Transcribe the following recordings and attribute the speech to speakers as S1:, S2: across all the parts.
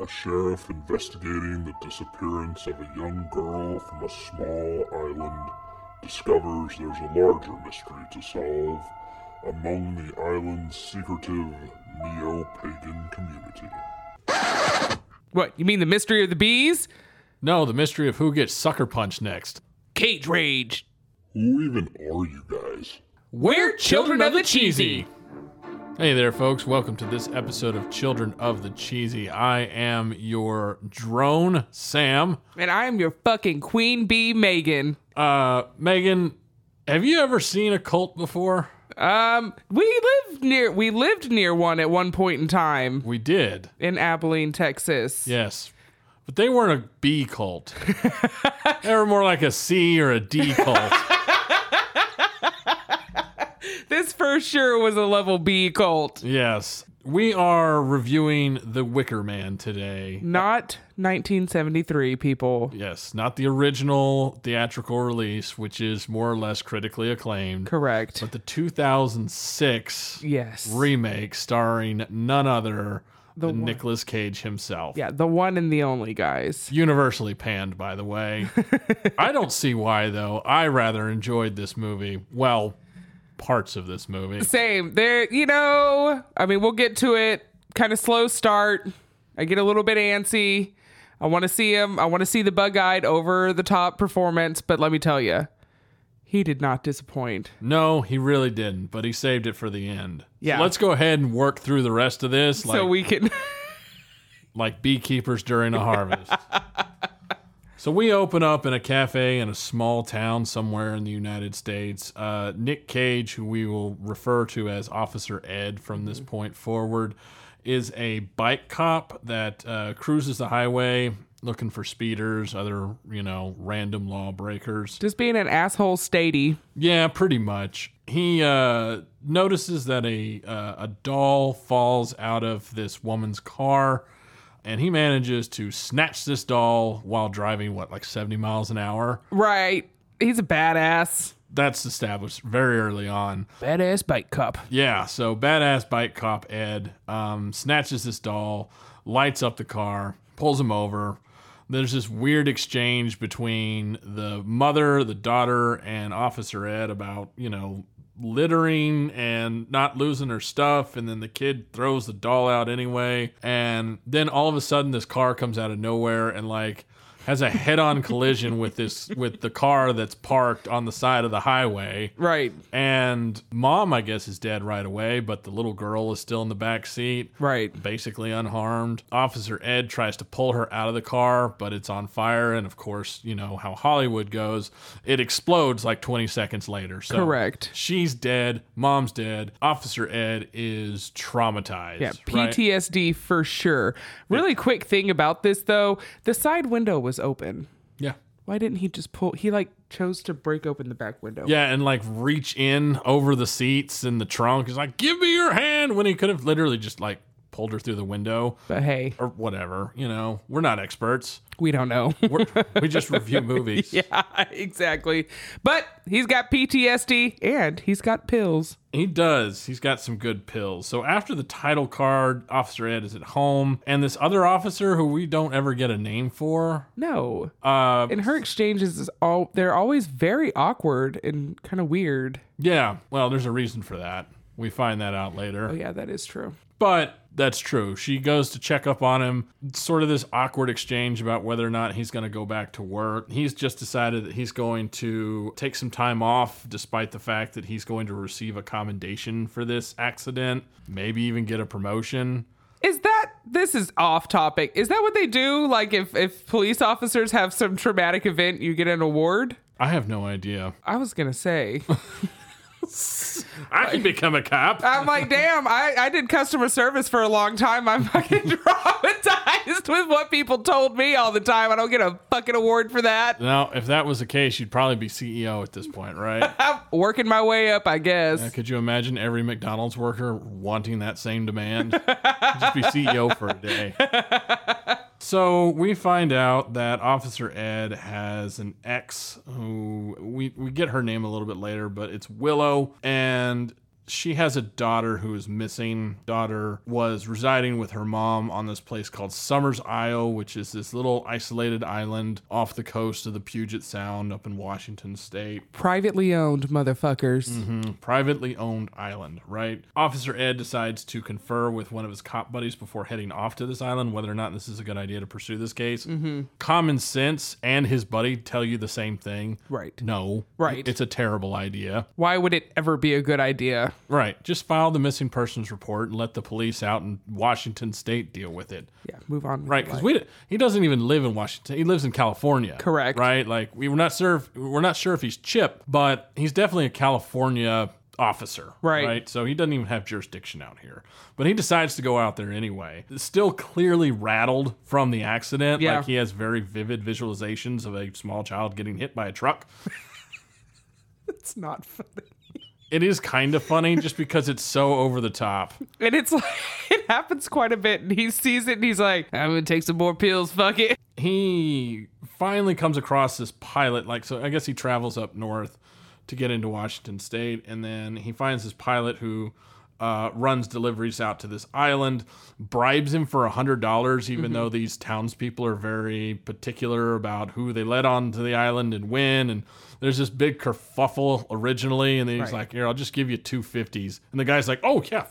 S1: a sheriff investigating the disappearance of a young girl from a small island discovers there's a larger mystery to solve among the island's secretive neo pagan community.
S2: What, you mean the mystery of the bees?
S3: No, the mystery of who gets sucker punched next.
S2: Cage rage.
S1: Who even are you guys?
S2: We're children of the cheesy.
S3: Cheesy. Hey there, folks. Welcome to this episode of Children of the Cheesy. I am your drone, Sam.
S2: And I am your fucking queen bee, Megan.
S3: Uh, Megan, have you ever seen a cult before?
S2: Um, we lived near we lived near one at one point in time
S3: We did.
S2: in Abilene, Texas.
S3: Yes. But they weren't a B cult. they were more like a C or a D cult.
S2: This for sure was a level B cult.
S3: yes. We are reviewing The Wicker Man today.
S2: Not 1973 people.
S3: Yes, not the original theatrical release, which is more or less critically acclaimed,
S2: Correct.
S3: but the 2006
S2: Yes.
S3: remake starring none other than
S2: one-
S3: Nicolas Cage himself.
S2: yeah, the one and the only guys.
S3: Universally panned, by the way. I don't see why, though. I rather enjoyed this movie. Well, parts of this movie.
S2: Same. There, you know, I mean, we'll get to it. Kind of slow start. I get a little bit antsy. I want to see him. I want to see the bug-eyed over the top performance, but let me tell you. He did not disappoint.
S3: No, he really didn't, but he saved it for the end. So
S2: Yeah.
S3: let's go ahead and work through the rest of this like,
S2: so we can
S3: like beekeepers during a harvest. so we open up in a cafe in a small town somewhere in the United States. Uh, Nick Cage, who we will refer to as Officer Ed from this point forward, is a bike cop that uh, cruises the highway looking for speeders, other, you know, random lawbreakers.
S2: just being an asshole statey.
S3: Yeah, pretty much. He uh, notices that a uh, a doll falls out of this woman's car, and he manages to snatch this doll while driving what like seventy miles an hour.
S2: Right. He's a badass.
S3: That's established very early on.
S2: Badass bike cup.
S3: Yeah, so badass bike cop Ed um, snatches this doll, lights up the car, pulls him over. There's this weird exchange between the mother, the daughter, and Officer Ed about, you know, littering and not losing her stuff. And then the kid throws the doll out anyway. And then all of a sudden, this car comes out of nowhere and, like, has a head-on collision with this with the car that's parked on the side of the highway.
S2: Right.
S3: And mom, I guess, is dead right away, but the little girl is still in the back seat,
S2: Right.
S3: basically unharmed. Officer Ed tries to pull her out of the car, but it's on fire. And of course, you know how Hollywood goes, it explodes like 20 seconds later. So
S2: Correct.
S3: She's dead. Mom's dead. Officer Ed is traumatized.
S2: Yeah,
S3: right?
S2: PTSD for sure. Really quick thing about this though, the side window was open.
S3: Yeah.
S2: Why didn't he just pull? He like chose to break open the back window.
S3: Yeah, and like reach in over the seats in the trunk. He's like, give me your hand. When he could have literally just like pulled her through the window.
S2: But hey,
S3: or whatever. You know, we're not experts.
S2: we don't know.
S3: We're, we just review movies.
S2: yeah, exactly. But he's got PTSD and he's got pills.
S3: He does. He's got some good pills. So after the title card, Officer Ed is at home, and this other officer who we don't ever get a name for.
S2: No.
S3: Uh,
S2: and her exchanges is all they're always very awkward and kind of weird.
S3: yeah. Well, there's a reason for that. We find that out later.
S2: Oh yeah, that is true.
S3: But that's true. She goes to check up on him. It's sort of this awkward exchange about whether or not he's going to go back to work. He's just decided that he's going to take some time off, despite the fact that he's going to receive a commendation for this accident, maybe even get a promotion.
S2: Is that this is off topic? Is that what they do? Like if if police officers have some traumatic event, you get an award?
S3: I have no idea.
S2: I was gonna say.
S3: I can become a cop.
S2: I'm like, damn, I, I did customer service for a long time. I'm fucking traumatized with what people told me all the time. I don't get a fucking award for that.
S3: Now, if that was the case, you'd probably be CEO at this point, right?
S2: I'm working my way up, I guess.
S3: Could you imagine every McDonald's worker wanting that same demand? Just be CEO for a day. So we find out that Officer Ed has an ex who we, we get her name a little bit later, but it's Willow. And she has a daughter who is missing. Daughter was residing with her mom on this place called Summers Isle, which is this little isolated island off the coast of the Puget Sound up in Washington state
S2: Privately owned motherfuckers.
S3: Mm-hmm. privately owned island, right? Officer Ed decides to confer with one of his cop buddies before heading off to this island whether or not this is a good idea to pursue this case. Mm-hmm. Common sense and his buddy tell you the same thing.
S2: Right.
S3: No.
S2: Right.
S3: It's a terrible idea.
S2: Why would it ever be a good idea?
S3: Right. Just file the missing persons report and let the police out in Washington state deal with it.
S2: Yeah, move on. with
S3: Right,
S2: your
S3: because
S2: life.
S3: we he doesn't even live in Washington. He lives in California.
S2: Correct.
S3: Right, like we were not sure if, we're not sure if he's Chip, but he's definitely a California officer.
S2: Right.
S3: Right. So he doesn't even have jurisdiction out here, but he decides to go out there anyway. Still clearly rattled from the accident.
S2: Yeah.
S3: Like he has very vivid visualizations of a small child getting hit by a truck.
S2: It's not funny.
S3: It is kind of funny just because it's so over the top.
S2: And it's like, it happens quite a bit. And he sees it and he's like, I'm going to take some more pills. Fuck it.
S3: he finally comes across this pilot like so i guess he travels up north to get into washington state and then he finds this pilot who uh, runs deliveries out to this island bribes him for a hundred dollars even though these townspeople are very particular about who they let onto the island and when and there's this big kerfuffle originally and then he's
S2: Right.
S3: like here i'll just give you two fifties and the guy's like oh yeah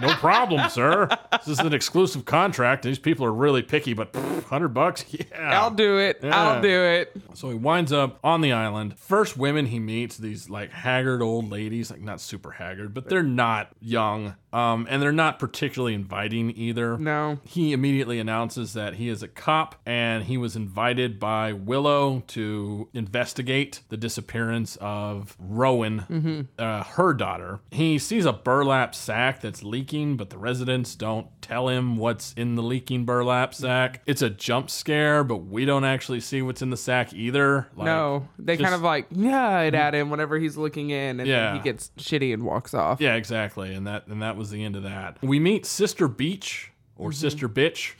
S3: no problem, sir. This is an exclusive contract. These people are really picky, but pff, 100 bucks? Yeah.
S2: I'll do it. I'll
S3: Yeah.
S2: do it.
S3: so he winds up on the island. First women he meets, these like haggard old ladies, like not super haggard, but they're not young. Um, and they're not particularly inviting either.
S2: No.
S3: He immediately announces that he is a cop and he was invited by Willow to investigate the disappearance of Rowan, uh, her daughter. He sees a burlap sack that's leaking, but the residents don't tell him what's in the leaking burlap sack. It's a jump scare, but we don't actually see what's in the sack either. Like,
S2: No, they kind
S3: just-
S2: of like yeah it at him whenever he's looking in, and
S3: Yeah.
S2: then he gets shitty and walks off.
S3: Yeah, exactly. And that and that was the end of that. We meet Sister Beach or Sister Bitch.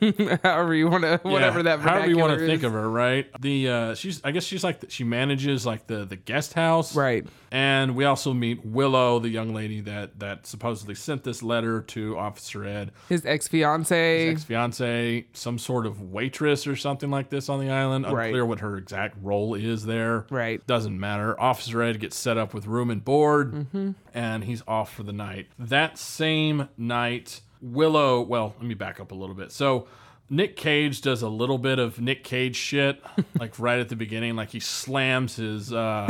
S2: however you want to, whatever that.
S3: however you want to
S2: vernacular
S3: think
S2: is.
S3: of her, right? The uh, she's I guess she's like the, she manages like the the guest house,
S2: Right.
S3: And we also meet Willow, the young lady that that supposedly sent this letter to Officer Ed,
S2: His ex fiance.
S3: ex fiance, some sort of waitress or something like this on the island.
S2: Right.
S3: Unclear what her exact role is there.
S2: Right.
S3: Doesn't matter. Officer Ed gets set up with room and board,
S2: Mm-hmm.
S3: and he's off for the night. That same night, Willow. Well, let me back up a little bit. So. Nick Cage does a little bit of Nick Cage shit, like right at the beginning. Like he slams his uh,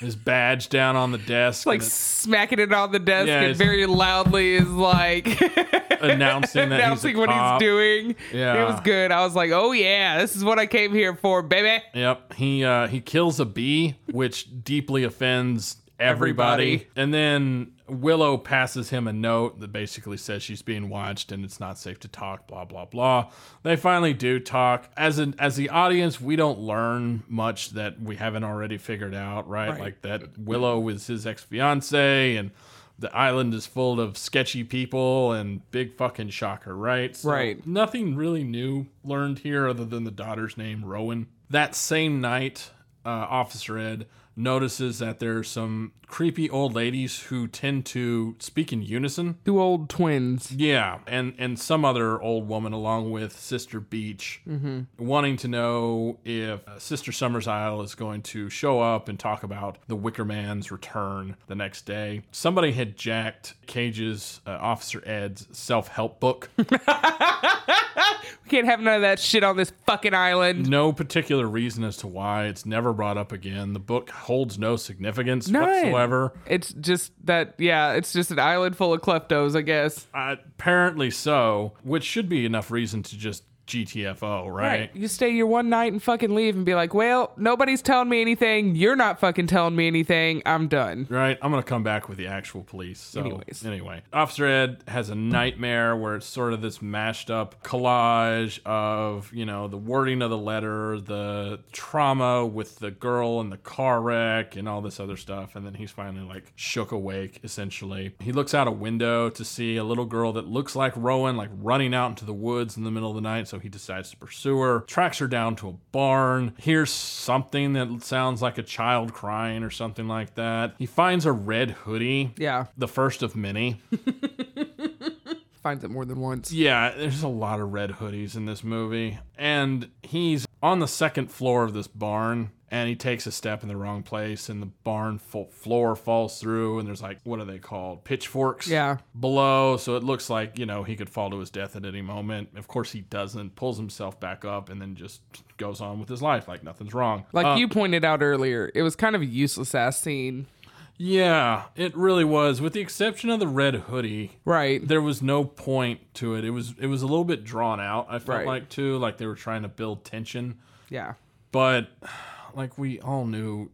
S3: his badge down on the desk,
S2: like
S3: and
S2: smacking it on the desk
S3: Yeah,
S2: and
S3: it's-
S2: very loudly is like
S3: announcing that
S2: announcing
S3: he's a
S2: what
S3: cop.
S2: he's doing.
S3: Yeah.
S2: It was good. I was like, oh yeah, this is what I came here for, baby.
S3: Yep. He uh, he kills a bee, which deeply offends everybody.
S2: Everybody.
S3: And then Willow passes him a note that basically says she's being watched and it's not safe to talk. Blah blah blah. They finally do talk. As an as the audience, we don't learn much that we haven't already figured out, right?
S2: Right.
S3: Like that Willow is his ex fiance and. The island is full of sketchy people and big fucking shocker, right? So
S2: Right.
S3: Nothing really new learned here other than the daughter's name, Rowan. That same night, uh, Officer Ed notices that there's some creepy old ladies who tend to speak in unison.
S2: Two old twins.
S3: Yeah, and and some other old woman along with Sister Beach, wanting to know if uh, Sister Summers Isle is going to show up and talk about the Wicker Man's return the next day. Somebody had jacked Cage's uh, Officer Ed's self help book.
S2: We can't have none of that shit on this fucking island.
S3: no particular reason as to why. It's never brought up again. The book holds no significance
S2: None.
S3: whatsoever.
S2: It's just that yeah, it's just an island full of kleptos, I guess.
S3: Apparently so, which should be enough reason to just GTFO, right?
S2: You stay your one night and fucking leave and be like, well, nobody's telling me anything. You're not fucking telling me anything. I'm done.
S3: Right. I'm gonna come back with the actual police. So
S2: Anyways.
S3: anyway, Officer Ed has a nightmare where it's sort of this mashed up collage of you know the wording of the letter, the trauma with the girl and the car wreck, and all this other stuff. And then he's finally like shook awake. Essentially, he looks out a window to see a little girl that looks like Rowan like running out into the woods in the middle of the night. So so he decides to pursue her, tracks her down to a barn, hears something that sounds like a child crying or something like that. He finds a red hoodie,
S2: Yeah.
S3: the first of many.
S2: Finds it more than once.
S3: Yeah, there's a lot of red hoodies in this movie. And he's on the second floor of this barn and he takes a step in the wrong place and the barn fo- floor falls through and there's like what are they called pitchforks
S2: Yeah.
S3: below so it looks like you know he could fall to his death at any moment of course he doesn't pulls himself back up and then just goes on with his life like nothing's wrong
S2: Like you pointed out earlier, it was kind of a useless ass scene.
S3: yeah it really was with the exception of the red hoodie
S2: Right.
S3: there was no point to it. It was it was a little bit drawn out. I felt
S2: Right.
S3: like too, like they were trying to build tension,
S2: Yeah.
S3: but like we all knew,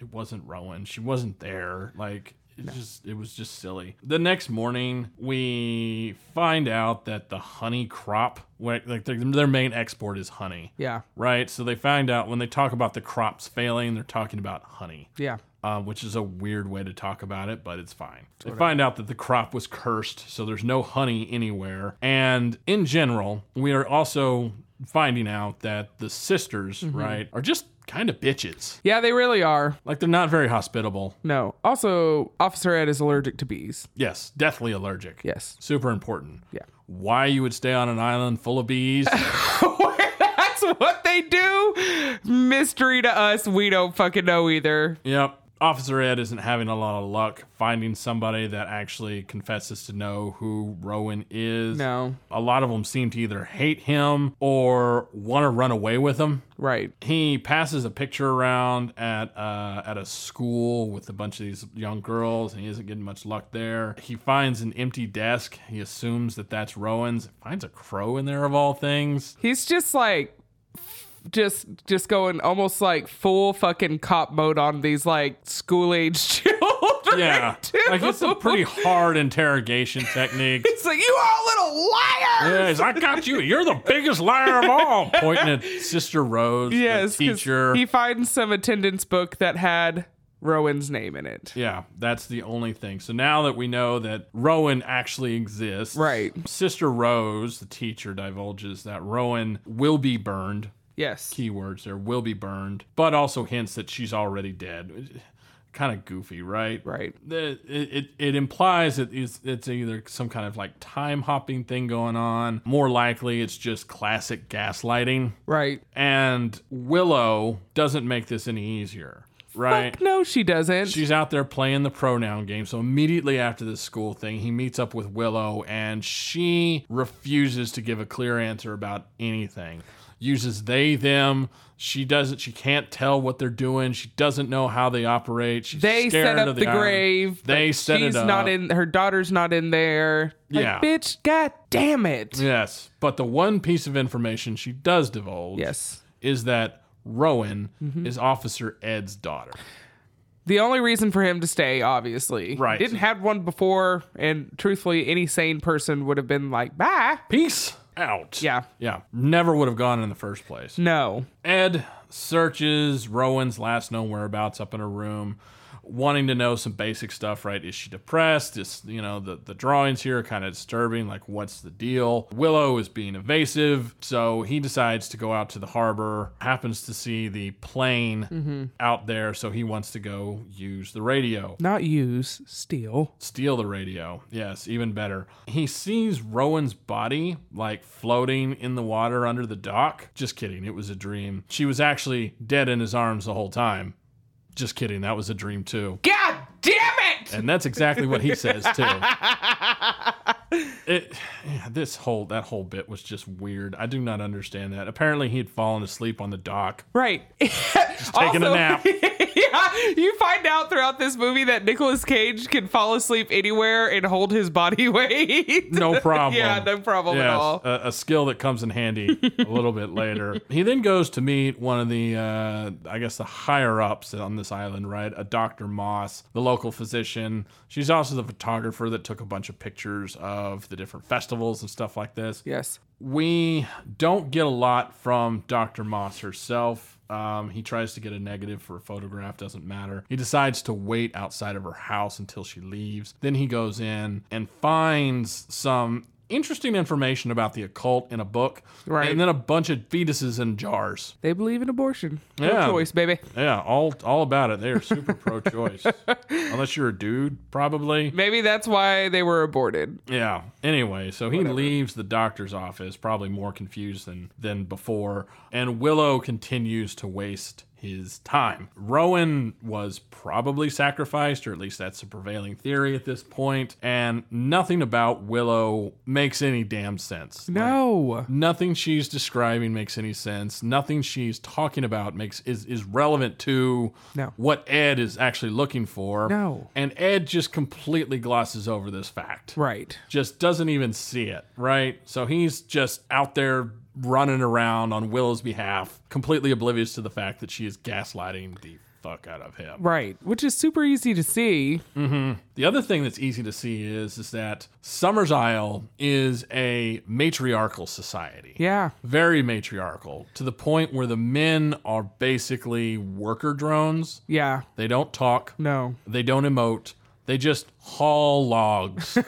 S3: it wasn't Rowan. She wasn't there. Like it just it was just silly. The next morning, we find out that the honey crop, like like their, their main export is honey.
S2: Yeah.
S3: Right, so they find out when they talk about the crops failing, they're talking about honey
S2: Yeah.
S3: um, which is a weird way to talk about it, but it's fine. They find out that the crop was cursed, so there's no honey anywhere. And in general, we are also finding out that the sisters,
S2: Mm-hmm.
S3: right, are just kind of bitches.
S2: Yeah, they really are.
S3: Like they're not very hospitable.
S2: No. Also, Officer Ed is allergic to bees.
S3: Yes, deathly allergic.
S2: Yes.
S3: Super important.
S2: Yeah.
S3: Why you would stay on an island full of bees?
S2: That's what they do. Mystery to us. We don't fucking know either.
S3: Yep. Officer Ed isn't having a lot of luck finding somebody that actually confesses to know who Rowan is.
S2: No.
S3: A lot of them seem to either hate him or want to run away with him.
S2: Right.
S3: He passes a picture around at uh, at a school with a bunch of these young girls, and he isn't getting much luck there. He finds an empty desk. He assumes that that's Rowan's. Finds a crow in there of all things.
S2: He's just like just just going almost like full fucking cop mode on these like school age children.
S3: Yeah,
S2: too.
S3: like it's a pretty hard interrogation technique.
S2: It's like you all little liars.
S3: Yes, I got you. You're the biggest liar of all. Pointing at Sister Rose,
S2: yes,
S3: the
S2: 'cause
S3: teacher.
S2: He finds some attendance book that had Rowan's name in it.
S3: yeah, that's the only thing. So now that we know that Rowan actually exists,
S2: Right.
S3: Sister Rose, the teacher, divulges that Rowan will be burned.
S2: Yes.
S3: Keywords there will be burned, but also hints that she's already dead. Kind of goofy, right?
S2: right.
S3: The- It, it, it implies that it's, it's either some kind of like time hopping thing going on. More likely, it's just classic gaslighting.
S2: Right.
S3: and Willow doesn't make this any easier, right?
S2: Fuck no, she doesn't.
S3: She's out there playing the pronoun game. So immediately after this school thing, he meets up with Willow and she refuses to give a clear answer about anything. Uses they, them. She doesn't, she can't tell what they're doing. She doesn't know how they operate. She's
S2: they
S3: scared
S2: set up
S3: of
S2: the,
S3: island.
S2: grave.
S3: They
S2: but
S3: set
S2: she's
S3: it up.
S2: not in. Her daughter's not in there. Like,
S3: Yeah.
S2: bitch. God damn it.
S3: Yes. But the one piece of information she does divulge
S2: Yes. Mm-hmm.
S3: is that Rowan is Officer Ed's daughter.
S2: The only reason for him to stay, obviously,
S3: Right.
S2: Didn't have one before, and truthfully, any sane person would have been like, bye.
S3: Peace out.
S2: Yeah.
S3: Yeah. Never would have gone in the first place.
S2: No.
S3: Ed searches Rowan's last known whereabouts up in her room, wanting to know some basic stuff, right? Is she depressed? Is you know, the, the drawings here are kind of disturbing, like what's the deal? Willow is being evasive, so he decides to go out to the harbor, happens to see the plane out there, so he wants to go use the radio
S2: Not use steal.
S3: steal the radio. Yes, even better. He sees Rowan's body like floating in the water under the dock. Just kidding, it was a dream. She was actually dead in his arms the whole time. Just kidding, that was a dream too.
S2: God damn it.
S3: And that's exactly what he says too. It yeah, this whole that whole bit was just weird. I do not understand that. Apparently he had fallen asleep on the dock.
S2: Right.
S3: taking a
S2: Also-
S3: nap.
S2: yeah, you find out throughout this movie that Nicolas Cage can fall asleep anywhere and hold his body weight.
S3: No problem.
S2: Yeah, no problem at
S3: Yes, Uh,
S2: all.
S3: A, a skill that comes in handy a little bit later. He then goes to meet one of the, uh, I guess, the higher ups on this island, right? A Dr. Moss, the local physician. She's also the photographer that took a bunch of pictures of the different festivals and stuff like this.
S2: Yes.
S3: We don't get a lot from Dr. Moss herself. Um, he tries to get a negative for a photograph, doesn't matter. He decides to wait outside of her house until she leaves. Then he goes in and finds some interesting information about the occult in a book,
S2: Right.
S3: And then a bunch of fetuses in jars.
S2: They believe in abortion.
S3: Yeah.
S2: No choice, baby.
S3: Yeah, all all about it. They are super pro-choice, unless you're a dude, probably.
S2: Maybe that's why they were aborted.
S3: Yeah. Anyway, so he leaves the doctor's office, probably more confused than than before, and Willow continues to waste his time. Rowan was probably sacrificed, or at least that's the prevailing theory at this point, and nothing about Willow makes any damn sense.
S2: No.
S3: Nothing she's describing makes any sense. Nothing she's talking about makes is, is relevant to
S2: No.
S3: what Ed is actually looking for.
S2: No.
S3: And Ed just completely glosses over this fact
S2: Right.
S3: just doesn't even see it, right? So he's just out there running around on Willow's behalf, completely oblivious to the fact that she is gaslighting the fuck out of him.
S2: Right. Which is super easy to see.
S3: The other thing that's easy to see is is that Summer's Isle is a matriarchal society.
S2: Yeah.
S3: Very matriarchal, to the point where the men are basically worker drones.
S2: Yeah.
S3: They don't talk,
S2: No.
S3: they don't emote, they just haul logs.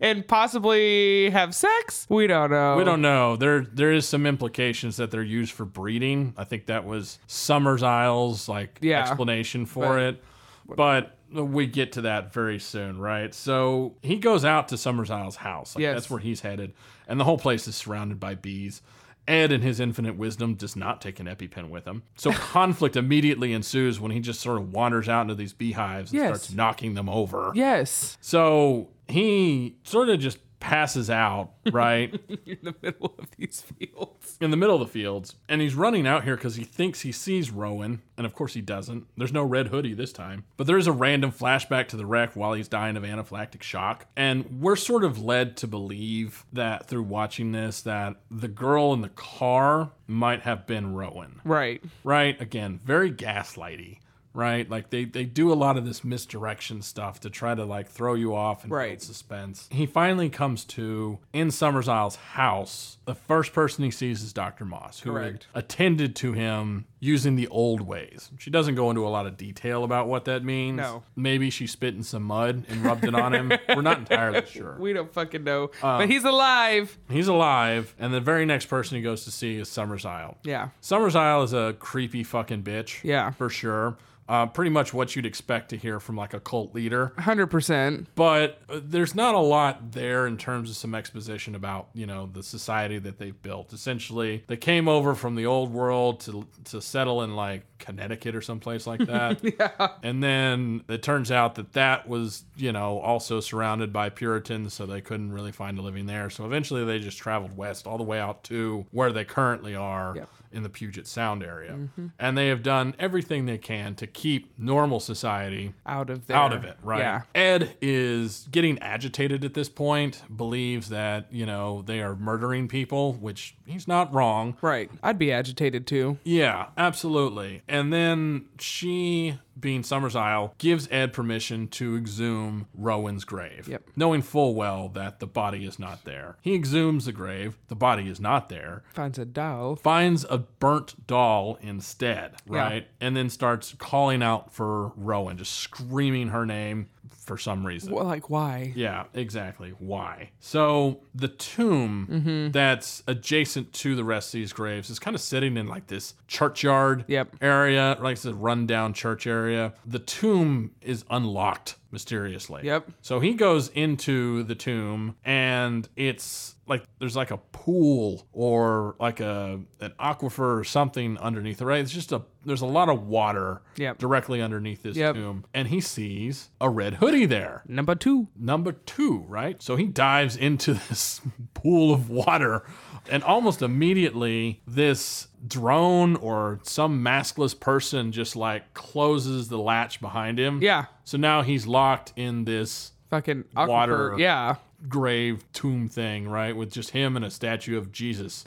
S2: And possibly have sex? We don't know.
S3: We don't know. There there is some implications that they're used for breeding. I think that was Summers Isles like
S2: Yeah.
S3: explanation for it. But we get to that very soon, right? So he goes out to Summers Isles' house. Like,
S2: Yes.
S3: That's where he's headed. And the whole place is surrounded by bees. Ed, in his infinite wisdom, does not take an EpiPen with him. So conflict immediately ensues when he just sort of wanders out into these beehives and
S2: Yes.
S3: starts knocking them over.
S2: Yes.
S3: So he sort of just passes out, right?
S2: In the middle of these fields.
S3: in the middle of the fields, and he's running out here because he thinks he sees Rowan, and of course he doesn't. There's no red hoodie this time, but there is a random flashback to the wreck while he's dying of anaphylactic shock, and we're sort of led to believe that through watching this that the girl in the car might have been Rowan,
S2: Right.
S3: right? Again, very gaslighty. Right, like they they do a lot of this misdirection stuff to try to like throw you off and
S2: Right.
S3: build suspense. He finally comes to in Summers Isle's house. The first person he sees is Dr. Moss, who had
S2: Correct.
S3: attended to him using the old ways. She doesn't go into a lot of detail about what that means.
S2: No.
S3: Maybe she spit in some mud and rubbed it on him. We're not entirely sure.
S2: We don't fucking know.
S3: Um,
S2: but he's alive.
S3: He's alive, and the very next person he goes to see is Summers Isle.
S2: Yeah.
S3: Summers Isle is a creepy fucking bitch.
S2: Yeah.
S3: For sure. Uh, pretty much what you'd expect to hear from like a cult leader.
S2: 100%.
S3: But uh, there's not a lot there in terms of some exposition about, you know, the society that they've built. Essentially, they came over from the old world to, to settle in like Connecticut or someplace like that. yeah. And then it turns out that that was, you know, also surrounded by Puritans, so they couldn't really find a living there. So eventually they just traveled west all the way out to where they currently are
S2: Yep.
S3: in the Puget Sound area. And they have done everything they can to keep normal society
S2: Out of there.
S3: out of it, right?
S2: Yeah.
S3: Ed is getting agitated at this point, believes that, you know, they are murdering people, which he's not wrong.
S2: Right. I'd be agitated too.
S3: Yeah, absolutely. And then she, being Summers Isle, gives Ed permission to exhume Rowan's grave,
S2: Yep.
S3: knowing full well that the body is not there. He exhumes the grave, the body is not there.
S2: Finds a doll.
S3: Finds a burnt doll instead,
S2: Yeah.
S3: right? And then starts calling out for Rowan, just screaming her name for some reason.
S2: Well, like, why?
S3: Yeah, exactly. Why? So the tomb
S2: Mm-hmm.
S3: that's adjacent to the rest of these graves is kind of sitting in like this churchyard
S2: Yep.
S3: area, like it's a rundown church area. The tomb is unlocked mysteriously.
S2: Yep.
S3: So he goes into the tomb and it's like there's like a pool or like a an aquifer or something underneath it, right? It's just a there's a lot of water
S2: Yep.
S3: directly underneath this
S2: Yep.
S3: tomb. And he sees a red hoodie there
S2: Number two.
S3: number two, right? So he dives into this pool of water, and almost immediately, this drone or some maskless person just like closes the latch behind him.
S2: Yeah.
S3: So now he's locked in this
S2: Fucking aquifer.
S3: Water.
S2: Yeah.
S3: grave tomb thing, right? With just him and a statue of Jesus.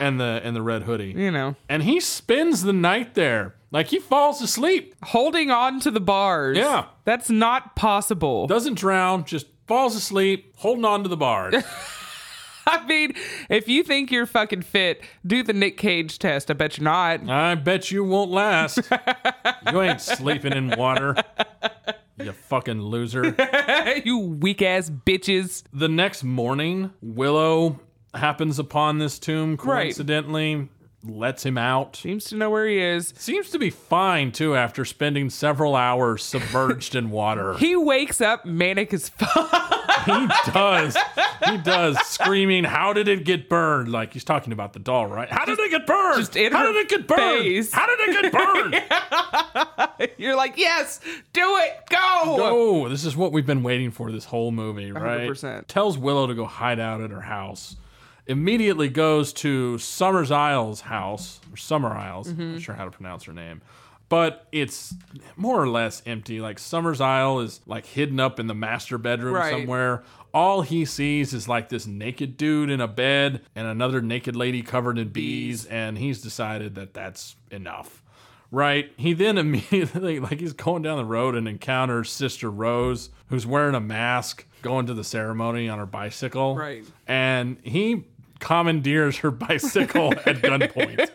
S3: and the and the red hoodie.
S2: You know,
S3: And he spends the night there. Like he falls asleep.
S2: holding on to the bars.
S3: Yeah.
S2: That's not possible.
S3: Doesn't drown, just falls asleep, holding on to the bars.
S2: I mean, if you think you're fucking fit, do the Nick Cage test. I bet you're not.
S3: I bet you won't last. you ain't sleeping in water. You fucking loser.
S2: you weak ass bitches.
S3: the next morning, Willow happens upon this tomb
S2: Right.
S3: coincidentally, lets him out.
S2: Seems to know where he is.
S3: Seems to be fine too after spending several hours submerged in water.
S2: He wakes up manic as fuck.
S3: He does. He does. Screaming, How did it get burned? Like he's talking about the doll, right? How did it get burned?
S2: just in
S3: How
S2: her
S3: did it get burned?
S2: face."
S3: How did it get burned?
S2: You're like, yes, do it, go.
S3: Oh, this is what we've been waiting for this whole movie, right?
S2: 100%.
S3: Tells Willow to go hide out at her house. Immediately goes to Summer's Isle's house, or Summer Isles. I'm not sure how to pronounce her name. But it's more or less empty. Like Summer's Isle is like hidden up in the master bedroom
S2: Right.
S3: somewhere. All he sees is like this naked dude in a bed and another naked lady covered in bees, and he's decided that that's enough. Right. He then immediately, like, he's going down the road and encounters Sister Rose, who's wearing a mask, going to the ceremony on her bicycle.
S2: Right.
S3: And he commandeers her bicycle at gunpoint.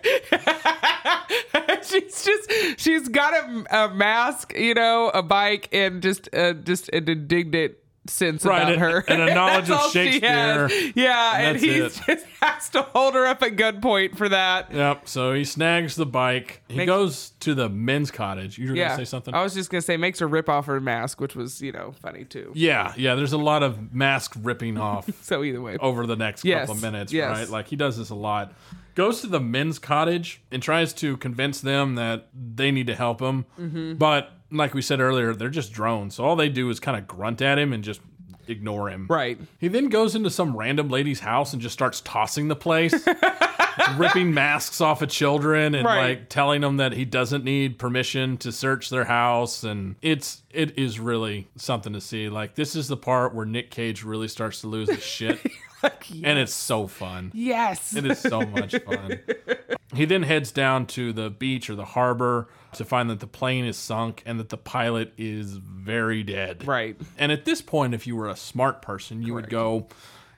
S2: she's just she's got a, a mask, you know, a bike, and just uh, just an indignant sense
S3: Right,
S2: about
S3: and-
S2: her
S3: and a knowledge
S2: That's
S3: of
S2: all she has.
S3: Shakespeare.
S2: Yeah, and,
S3: And
S2: he
S3: that's
S2: just has to hold her up at gunpoint for that.
S3: Yep. So he snags the bike. He
S2: Makes-
S3: goes to the men's cottage. You were
S2: Yeah, Oh.
S3: going to say something?
S2: I was just gonna say makes her rip off her mask, which was you know funny too.
S3: yeah. Yeah. There's a lot of mask ripping off
S2: So either way,
S3: over the next
S2: Yes,
S3: couple of minutes,
S2: yes.
S3: right? Like he does this a lot. Goes to the men's cottage and tries to convince them that they need to help him.
S2: Mm-hmm.
S3: But like we said earlier, they're just drones. So all they do is kind of grunt at him and just ignore him.
S2: right?
S3: He then goes into some random lady's house and just starts tossing the place, ripping masks off of children and
S2: Right.
S3: like telling them that he doesn't need permission to search their house. And it's it is really something to see. Like this is the part where Nick Cage really starts to lose his shit, and it's so fun.
S2: Yes,
S3: It is so much fun. He then heads down to the beach or the harbor to find that the plane is sunk and that the pilot is very dead.
S2: right.
S3: And at this point, if you were a smart person, you would go,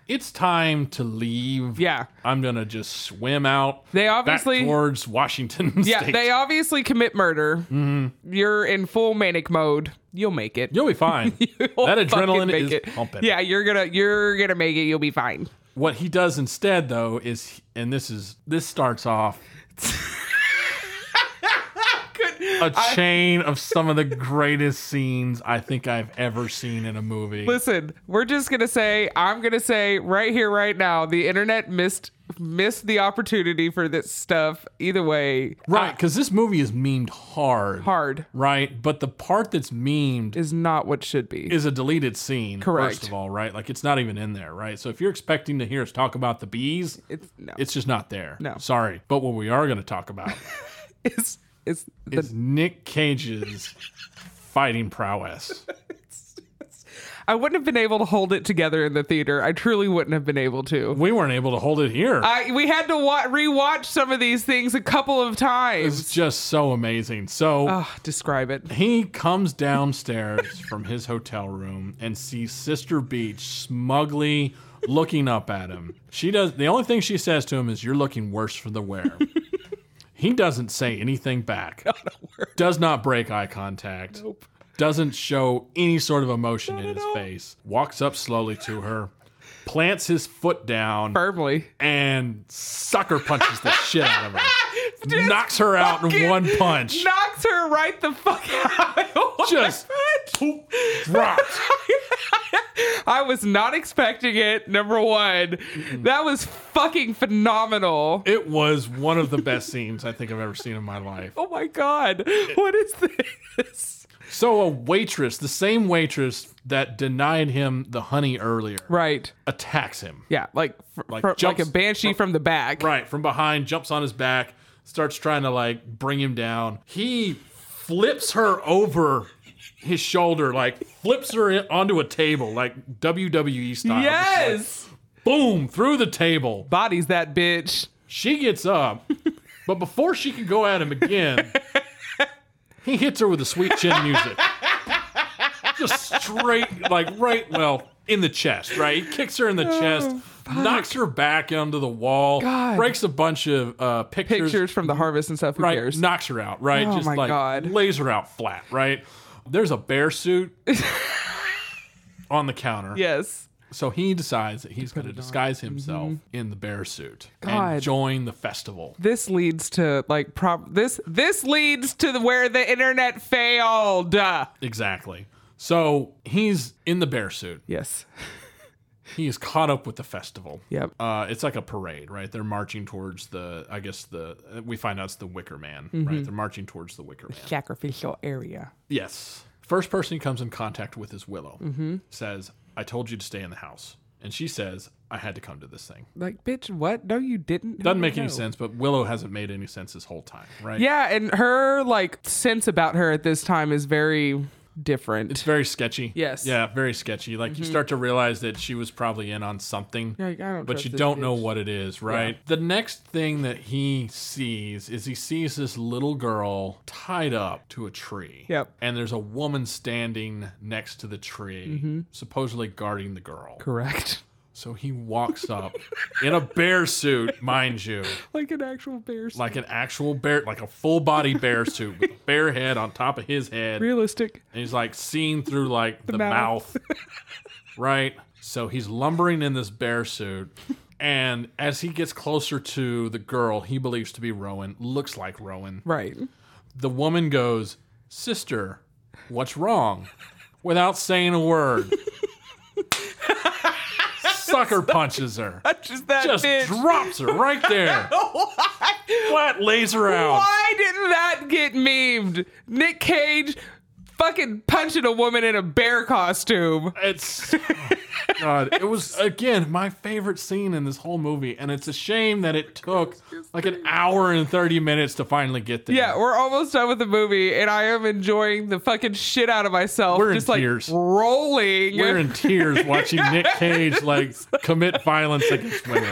S3: "It's time to leave.
S2: Yeah.
S3: I'm gonna just swim out.
S2: They
S3: back
S2: obviously-
S3: towards Washington
S2: Yeah,
S3: State.
S2: they obviously commit murder.
S3: Mm-hmm.
S2: You're in full manic mode. You'll make it.
S3: You'll be fine. that
S2: You'll fucking
S3: adrenaline
S2: make
S3: is
S2: it.
S3: pumping.
S2: Yeah, you're gonna you're gonna make it. You'll be fine.
S3: What he does instead, though, is and this is this starts off. A chain of some of the greatest scenes I think I've ever seen in a movie.
S2: Listen, we're just gonna say I'm gonna say right here, right now, the internet missed missed the opportunity for this stuff. Either way,
S3: right, because this movie is memed hard.
S2: hard
S3: Right, but the part that's memed
S2: is not what should be.
S3: is a deleted scene.
S2: Correct.
S3: First of all, right? Like it's not even in there, right? So if you're expecting to hear us talk about the bees,
S2: It's no.
S3: it's just not there.
S2: No.
S3: Sorry. But what we are going to talk about
S2: It's it's the,
S3: is Nick Cage's fighting prowess.
S2: I wouldn't have been able to hold it together in the theater. I truly wouldn't have been able to.
S3: We weren't able to hold it here.
S2: I we had to wa- rewatch some of these things a couple of times.
S3: it's just so amazing. So
S2: Ah, describe it.
S3: he comes downstairs from his hotel room and sees Sister Beach smugly looking up at him. She does the only thing she says to him is you're looking worse for the wear. he doesn't say anything back. Does not break eye contact. Doesn't show any sort of emotion in his face. Walks up slowly to her, plants his foot down,
S2: Firmly.
S3: and sucker punches the shit out of her. Knocks her out in
S2: fucking
S3: one punch.
S2: knocks her right the fuck out.
S3: Just poop, dropped.
S2: I was not expecting it. Number one, that was fucking phenomenal.
S3: It was one of the best scenes I think I've ever seen in my life.
S2: Oh my god, what is this?
S3: So a waitress, the same waitress that denied him the honey earlier,
S2: Right?
S3: attacks him.
S2: Yeah, like fr- fr-
S3: Like
S2: like,
S3: jumps
S2: a banshee from the back.
S3: Right, from behind, jumps on his back, starts trying to like bring him down. He flips her over his shoulder, like flips her in- onto a table, like WWE style. Just,
S2: Yes,
S3: like, boom, through the table.
S2: bodies that bitch.
S3: She gets up, but before she can go at him again, he hits her with the sweet chin music. Just straight, like right, well, in the chest, right? He kicks her in the chest, knocks her back onto the wall,
S2: Oh, God.
S3: breaks a bunch of uh, pictures,
S2: Pictures from the harvest and stuff. Who
S3: right?
S2: cares?
S3: Knocks her out, right?
S2: Oh
S3: Just
S2: my
S3: like
S2: God.
S3: lays her out flat, right? There's a bear suit on the counter.
S2: Yes.
S3: So he decides that he's going to disguise himself in the bear suit
S2: God.
S3: and join the festival.
S2: This leads to like prob this this leads to the, where the internet failed.
S3: Exactly. So he's in the bear suit.
S2: Yes.
S3: He is caught up with the festival.
S2: Yep.
S3: Uh, it's like a parade, right? They're marching towards the, I guess the, uh, we find out it's the Wicker Man, right? They're marching towards the Wicker Man.
S2: Sacrificial area.
S3: Yes. First person he comes in contact with is Willow. Mm-hmm. Says, I told you to stay in the house. And she says, I had to come to this thing.
S2: Like, bitch, what? No, you didn't. How do
S3: Doesn't
S2: you
S3: make any
S2: know?
S3: sense, but Willow hasn't made any sense this whole time, right?
S2: Yeah, and her like sense about her at this time is very different.
S3: It's very sketchy.
S2: Yes.
S3: Yeah, very sketchy. Like you start to realize that she was probably in on something,
S2: You're like, I don't
S3: but
S2: trust
S3: you
S2: this
S3: don't know
S2: bitch.
S3: what it is, right? The next thing that he sees is he sees this little girl tied up to a tree.
S2: Yep.
S3: And there's a woman standing next to the tree,
S2: Mm-hmm.
S3: supposedly guarding the girl.
S2: Correct.
S3: So he walks up in a bear suit, mind you,
S2: like an actual bear.
S3: like an actual bear, like a full body bear suit with a bear head on top of his head.
S2: Realistic.
S3: And he's like seen through like the,
S2: mouth.
S3: mouth. right? So he's lumbering in this bear suit. And as he gets closer to the girl he believes to be Rowan, looks like Rowan,
S2: Right.
S3: the woman goes, Sister, what's wrong? Without saying a word. Sucker punches her.
S2: Just that
S3: Just
S2: bitch.
S3: drops her right there. Flat lays her out.
S2: Why didn't that get memed? Nick Cage fucking punching a woman in a bear costume.
S3: It's oh, God. It was again my favorite scene in this whole movie, and it's a shame that it took like an hour and thirty minutes to finally get there.
S2: Yeah, we're almost done with the movie, and I am enjoying the fucking shit out of myself.
S3: We're in
S2: just like
S3: tears.
S2: rolling.
S3: we're in tears watching Nick Cage like commit violence against women.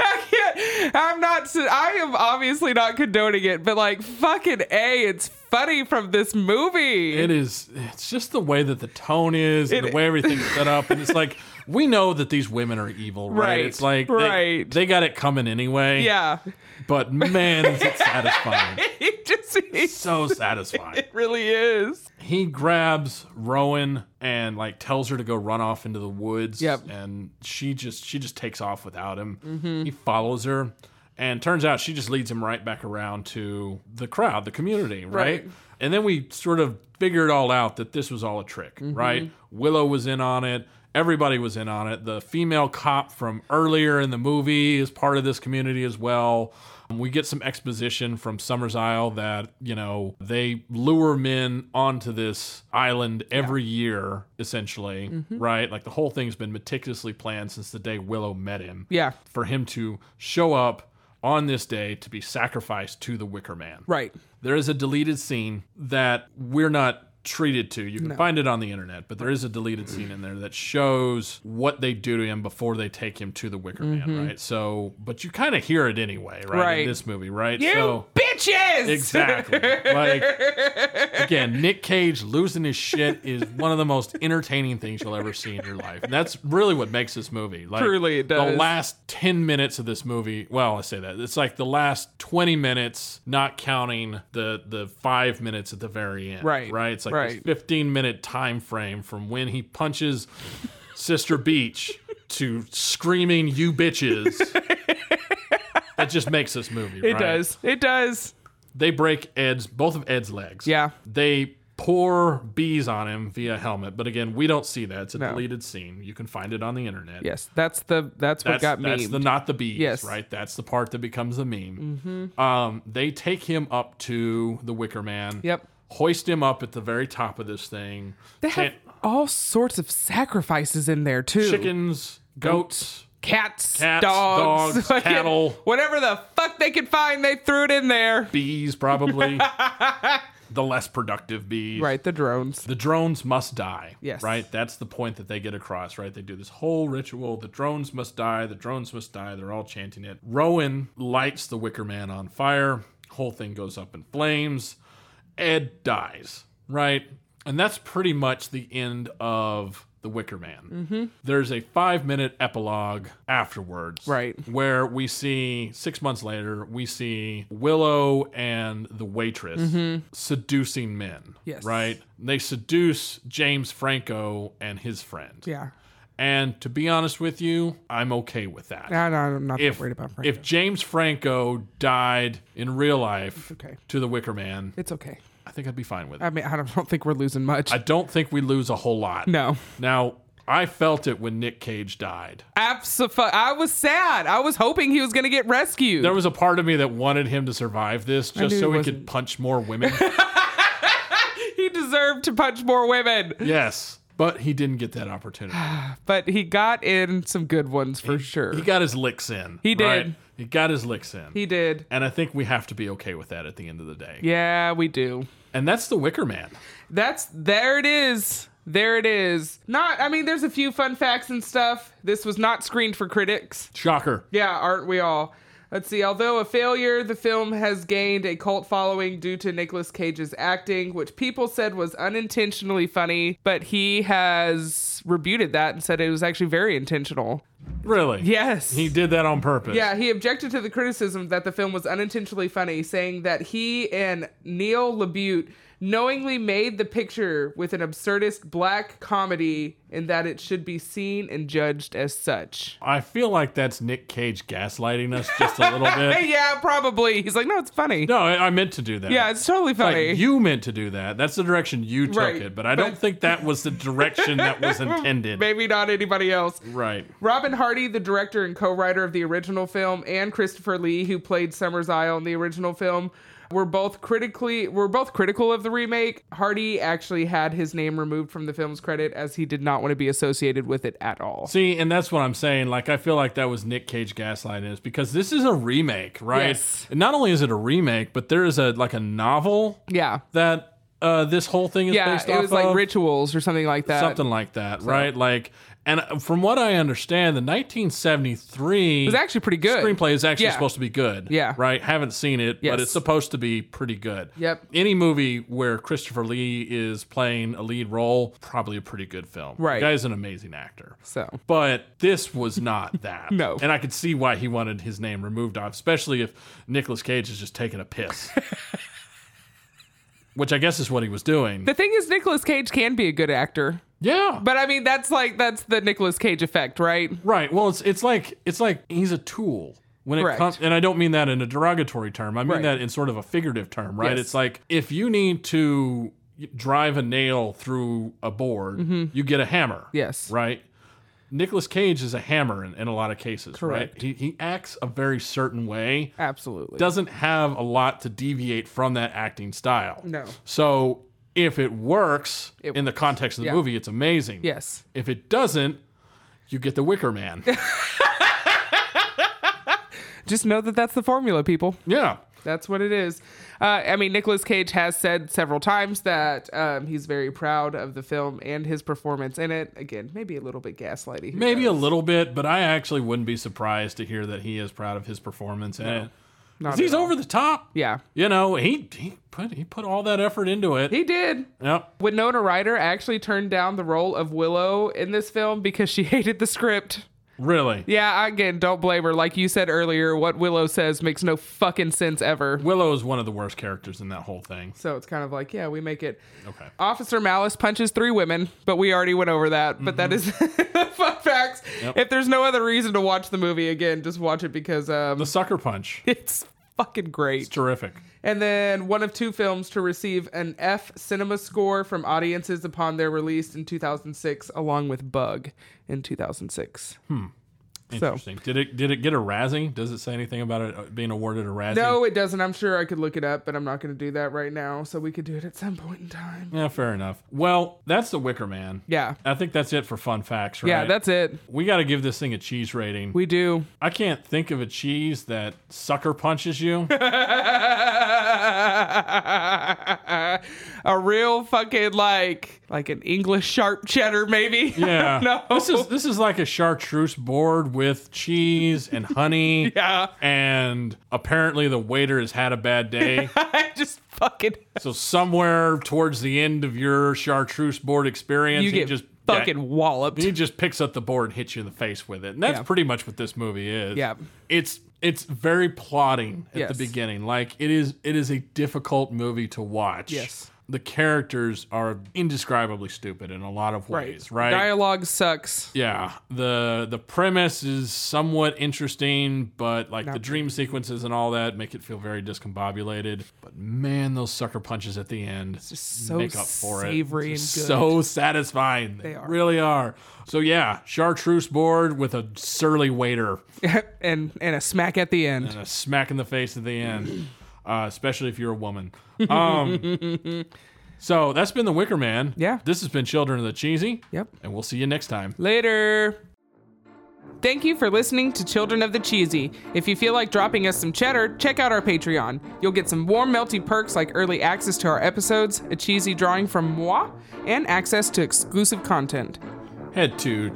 S2: I can't- I'm not. s- I am obviously not condoning it, but like fucking a, it's funny from this movie.
S3: It is. It's just the way that the tone is and
S2: It-
S3: the way everything's set up, and it's like we know that these women are evil, right?
S2: Right,
S3: It's like they-
S2: right.
S3: They, got it coming anyway.
S2: yeah,
S3: But man, is it satisfying.
S2: it just it
S3: So satisfying.
S2: really is.
S3: he grabs Rowan and like tells her to go run off into the woods.
S2: Yep.
S3: And she just she just takes off without him. He follows her, and turns out she just leads him right back around to the crowd, the community, right?
S2: Right.
S3: And then we sort of figure it all out that this was all a trick, right? Willow was in on it. Everybody was in on it. The female cop from earlier in the movie is part of this community as well. We get some exposition from Summer's Isle that, you know, they lure men onto this island every year, essentially, right? Like the whole thing's been meticulously planned since the day Willow met him
S2: Yeah,
S3: for him to show up on this day to be sacrificed to the Wicker Man.
S2: right.
S3: There is a deleted scene that we're not treated to. You can find it on the internet, but there is a deleted scene in there that shows what they do to him before they take him to the Wicker Man, right? So, but you kind of hear it anyway, right?
S2: Mm-hmm. Right.
S3: In this movie, right?
S2: You
S3: so
S2: bitches.
S3: Exactly. Like again, Nick Cage losing his shit is one of the most entertaining things you'll ever see in your life. And that's really what makes this movie. Like
S2: Truly, it
S3: The
S2: does.
S3: last 10 minutes of this movie, well, I say that. It's like the last 20 minutes not counting the the 5 minutes at the very end.
S2: Right.
S3: Right? It's like
S2: Right.
S3: this 15-minute time frame from when he punches Sister Beach to screaming you bitches. That just makes this movie.
S2: It does. It does.
S3: They break Ed's both of Ed's legs.
S2: Yeah.
S3: They pour bees on him via helmet, but again, we don't see that. It's a deleted scene. You can find it on the internet.
S2: Yes, that's the that's what
S3: That's,
S2: got me.
S3: that's the not the bees,
S2: Yes. Mm-hmm.
S3: right? That's the part that becomes the meme. Um, they take him up to the Wicker Man.
S2: Yep.
S3: Hoist him up at the very top of this thing.
S2: They have
S3: Chan-
S2: all sorts of sacrifices in there too.
S3: chickens, goats.
S2: cats,
S3: Cats,
S2: dogs,
S3: dogs,
S2: fucking-
S3: cattle.
S2: whatever the fuck they could find, they threw it in there.
S3: Bees, probably the less productive bees.
S2: Right, the drones.
S3: The drones must die.
S2: Yes.
S3: Right? That's the point that they get across, right? They do this whole ritual. The drones must die. The drones must die. They're all chanting it. Rowan lights the Wicker Man on fire. Whole thing goes up in flames. Ed dies, right? And that's pretty much the end of The Wicker Man. Mm-hmm. There's a five minute epilogue afterwards.
S2: Right.
S3: Where we see, six months later, we see Willow and the waitress seducing men.
S2: Mm-hmm. Yes.
S3: Right? They seduce James Franco and his friend.
S2: Yeah.
S3: And to be honest with you, I'm okay with that.
S2: No, no, I'm not that
S3: if,
S2: worried about Franco.
S3: if James Franco died in real life
S2: okay.
S3: to the Wicker Man,
S2: It's okay.
S3: I think I'd be fine with it.
S2: I mean, I don't, don't think we're losing much.
S3: I don't think we lose a whole lot.
S2: no.
S3: Now, I felt it when Nick Cage died.
S2: Absolutely. I was sad. I was hoping he was going to get rescued.
S3: There was a part of me that wanted him to survive this
S2: knew
S3: just
S2: he
S3: so he
S2: wasn't.
S3: could punch more women.
S2: he deserved to punch more women,
S3: yes. But he didn't get that opportunity.
S2: but he got in some good ones for sure.
S3: He got his licks in.
S2: He did.
S3: right? He got his licks in.
S2: he did.
S3: and I think we have to be okay with that at the end of the day.
S2: Yeah, we do.
S3: And that's the Wicker Man.
S2: That's there it is. There it is. Not I mean there's a few fun facts and stuff. This was not screened for critics.
S3: Shocker.
S2: Yeah, aren't we all? Let's see. Although a failure, the film has gained a cult following due to Nicolas Cage's acting, which people said was unintentionally funny, but he has rebuted that and said it was actually very intentional.
S3: Really?
S2: Yes.
S3: He did that on purpose.
S2: Yeah, he objected to the criticism that the film was unintentionally funny, saying that he and Neil Labute knowingly made the picture with an absurdist black comedy and that it should be seen and judged as such.
S3: I feel like that's Nick Cage gaslighting us just a little bit.
S2: Yeah, probably. He's like, no, it's funny.
S3: No, I, I meant to do that.
S2: Yeah, it's totally funny.
S3: Like, you meant to do that. That's the direction you took
S2: Right,
S3: it, but I
S2: but-
S3: don't think that was the direction that was intended.
S2: Maybe not anybody else.
S3: Right.
S2: Robin Hardy, the director and co-writer of the original film, and Christopher Lee, who played Summer's Isle in the original film, were both critically were both critical of the remake. Hardy actually had his name removed from the film's credit as he did not want to be associated with it at all.
S3: See, and that's what I'm saying. Like, I feel like that was Nick Cage gaslighting us because this is a remake, right?
S2: Yes.
S3: And not only is it a remake, but there is a like a novel
S2: Yeah.
S3: that uh, this whole thing is
S2: Yeah,
S3: based
S2: it
S3: off
S2: was like
S3: of.
S2: rituals or something like that.
S3: something like that, right? Like, and uh, from what I understand, the 1973
S2: It was actually pretty good.
S3: screenplay is actually
S2: Yeah.
S3: supposed to be good.
S2: Yeah.
S3: Right? Haven't seen it,
S2: Yes.
S3: but it's supposed to be pretty good.
S2: Yep.
S3: Any movie where Christopher Lee is playing a lead role, probably a pretty good film.
S2: Right.
S3: The guy's an amazing actor.
S2: So
S3: But this was not that.
S2: No.
S3: And I could see why he wanted his name removed off, especially if Nicolas Cage is just taking a piss. Which I guess is what he was doing.
S2: the thing is, Nicolas Cage can be a good actor,
S3: yeah.
S2: but I mean, that's like that's the Nicolas Cage effect, right?
S3: Right. Well, it's it's like it's like he's a tool when it
S2: Correct.
S3: comes, and I don't mean that in a derogatory term. I mean
S2: Right.
S3: that in sort of a figurative term, right?
S2: Yes.
S3: It's like if you need to drive a nail through a board, you get a hammer.
S2: Mm-hmm. Yes.
S3: Right. Nicholas Cage is a hammer in, in a lot of cases,
S2: Correct.
S3: right? He, he acts a very certain way,
S2: Absolutely.
S3: doesn't have a lot to deviate from that acting style.
S2: No.
S3: So if it works
S2: It
S3: in the context of the
S2: Yeah.
S3: movie, it's amazing.
S2: yes.
S3: If it doesn't, you get the Wicker Man.
S2: Just know that that's the formula, people.
S3: yeah.
S2: That's what it is. Uh, I mean, Nicolas Cage has said several times that um, he's very proud of the film and his performance in it. Again, maybe a little bit gaslighty. Who
S3: Maybe
S2: knows?
S3: a little bit, but I actually wouldn't be surprised to hear that he is proud of his performance. And
S2: Not at
S3: he's
S2: all.
S3: over the top.
S2: Yeah,
S3: You know, he he put he put all that effort into it.
S2: he did.
S3: yep.
S2: Winona Ryder actually turned down the role of Willow in this film because she hated the script.
S3: Really.
S2: Yeah, again, don't blame her. Like you said earlier, what Willow says makes no fucking sense ever.
S3: Willow is one of the worst characters in that whole thing.
S2: So it's kind of like, yeah, we make it.
S3: Okay.
S2: Officer Malice punches three women, but we already went over that. But that is fun facts.
S3: Mm-hmm. Yep.
S2: If there's no other reason to watch the movie again, just watch it because um,
S3: The sucker punch.
S2: it's fucking
S3: It's
S2: great.
S3: terrific.
S2: And then one of two films to receive an F cinema score from audiences upon their release in 2006, along with Bug in 2006.
S3: Hmm. Interesting. Did it did it get a Razzie? Does it say anything about it uh, being awarded a Razzie?
S2: No, it doesn't. I'm sure I could look it up, but I'm not going to do that right now. So we could do it at some point in time.
S3: Yeah, fair enough. Well, that's the Wicker Man.
S2: Yeah.
S3: I think that's it for fun facts, Uh, right?
S2: Yeah, that's it.
S3: we got to give this thing a cheese rating.
S2: We do.
S3: I can't think of a cheese that sucker punches you.
S2: a real fucking like like an English sharp cheddar, maybe.
S3: Yeah.
S2: no.
S3: This is this is like a chartreuse board with cheese and honey.
S2: Yeah.
S3: And apparently the waiter has had a bad day.
S2: I just fucking
S3: so somewhere towards the end of your chartreuse board experience,
S2: You
S3: he
S2: get
S3: just
S2: fucking walloped.
S3: He just picks up the board and hits you in the face with it. And that's
S2: Yeah.
S3: pretty much what this movie is.
S2: Yeah.
S3: It's it's very plotting at
S2: Yes.
S3: the beginning. Like it is it is a difficult movie to watch.
S2: Yes.
S3: The characters are indescribably stupid in a lot of ways, right?
S2: Dialogue sucks.
S3: yeah. The the premise is somewhat interesting, but like the dream sequences and all that make it feel very discombobulated. But man, those sucker punches at the end
S2: just so
S3: make up for
S2: savory and
S3: it. They're
S2: good.
S3: So satisfying. They,
S2: are.
S3: really are. So yeah, chartreuse board with a surly waiter
S2: and and a smack at the end.
S3: and a smack in the face at the end, uh, especially if you're a woman. Um, so that's been the Wicker Man.
S2: Yeah.
S3: This has been Children of the Cheesy.
S2: Yep.
S3: And we'll see you next time.
S2: Later. Thank you for listening to Children of the Cheesy. If you feel like dropping us some cheddar, check out our Patreon. You'll get some warm, melty perks like early access to our episodes, a cheesy drawing from moi, and access to exclusive content.
S3: Head to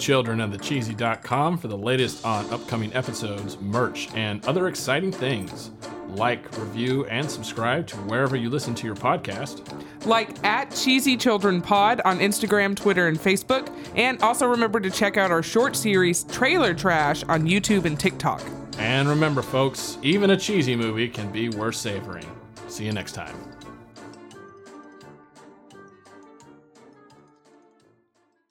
S3: childrenofthecheesy.com for the latest on upcoming episodes, merch, and other exciting things. Like, review, and subscribe to wherever you listen to your podcast.
S2: Like at Cheesy Children Pod on Instagram, Twitter, and Facebook. And also remember to check out our short series, Trailer Trash, on YouTube and TikTok.
S3: And remember, folks, even a cheesy movie can be worth savoring. See you next time.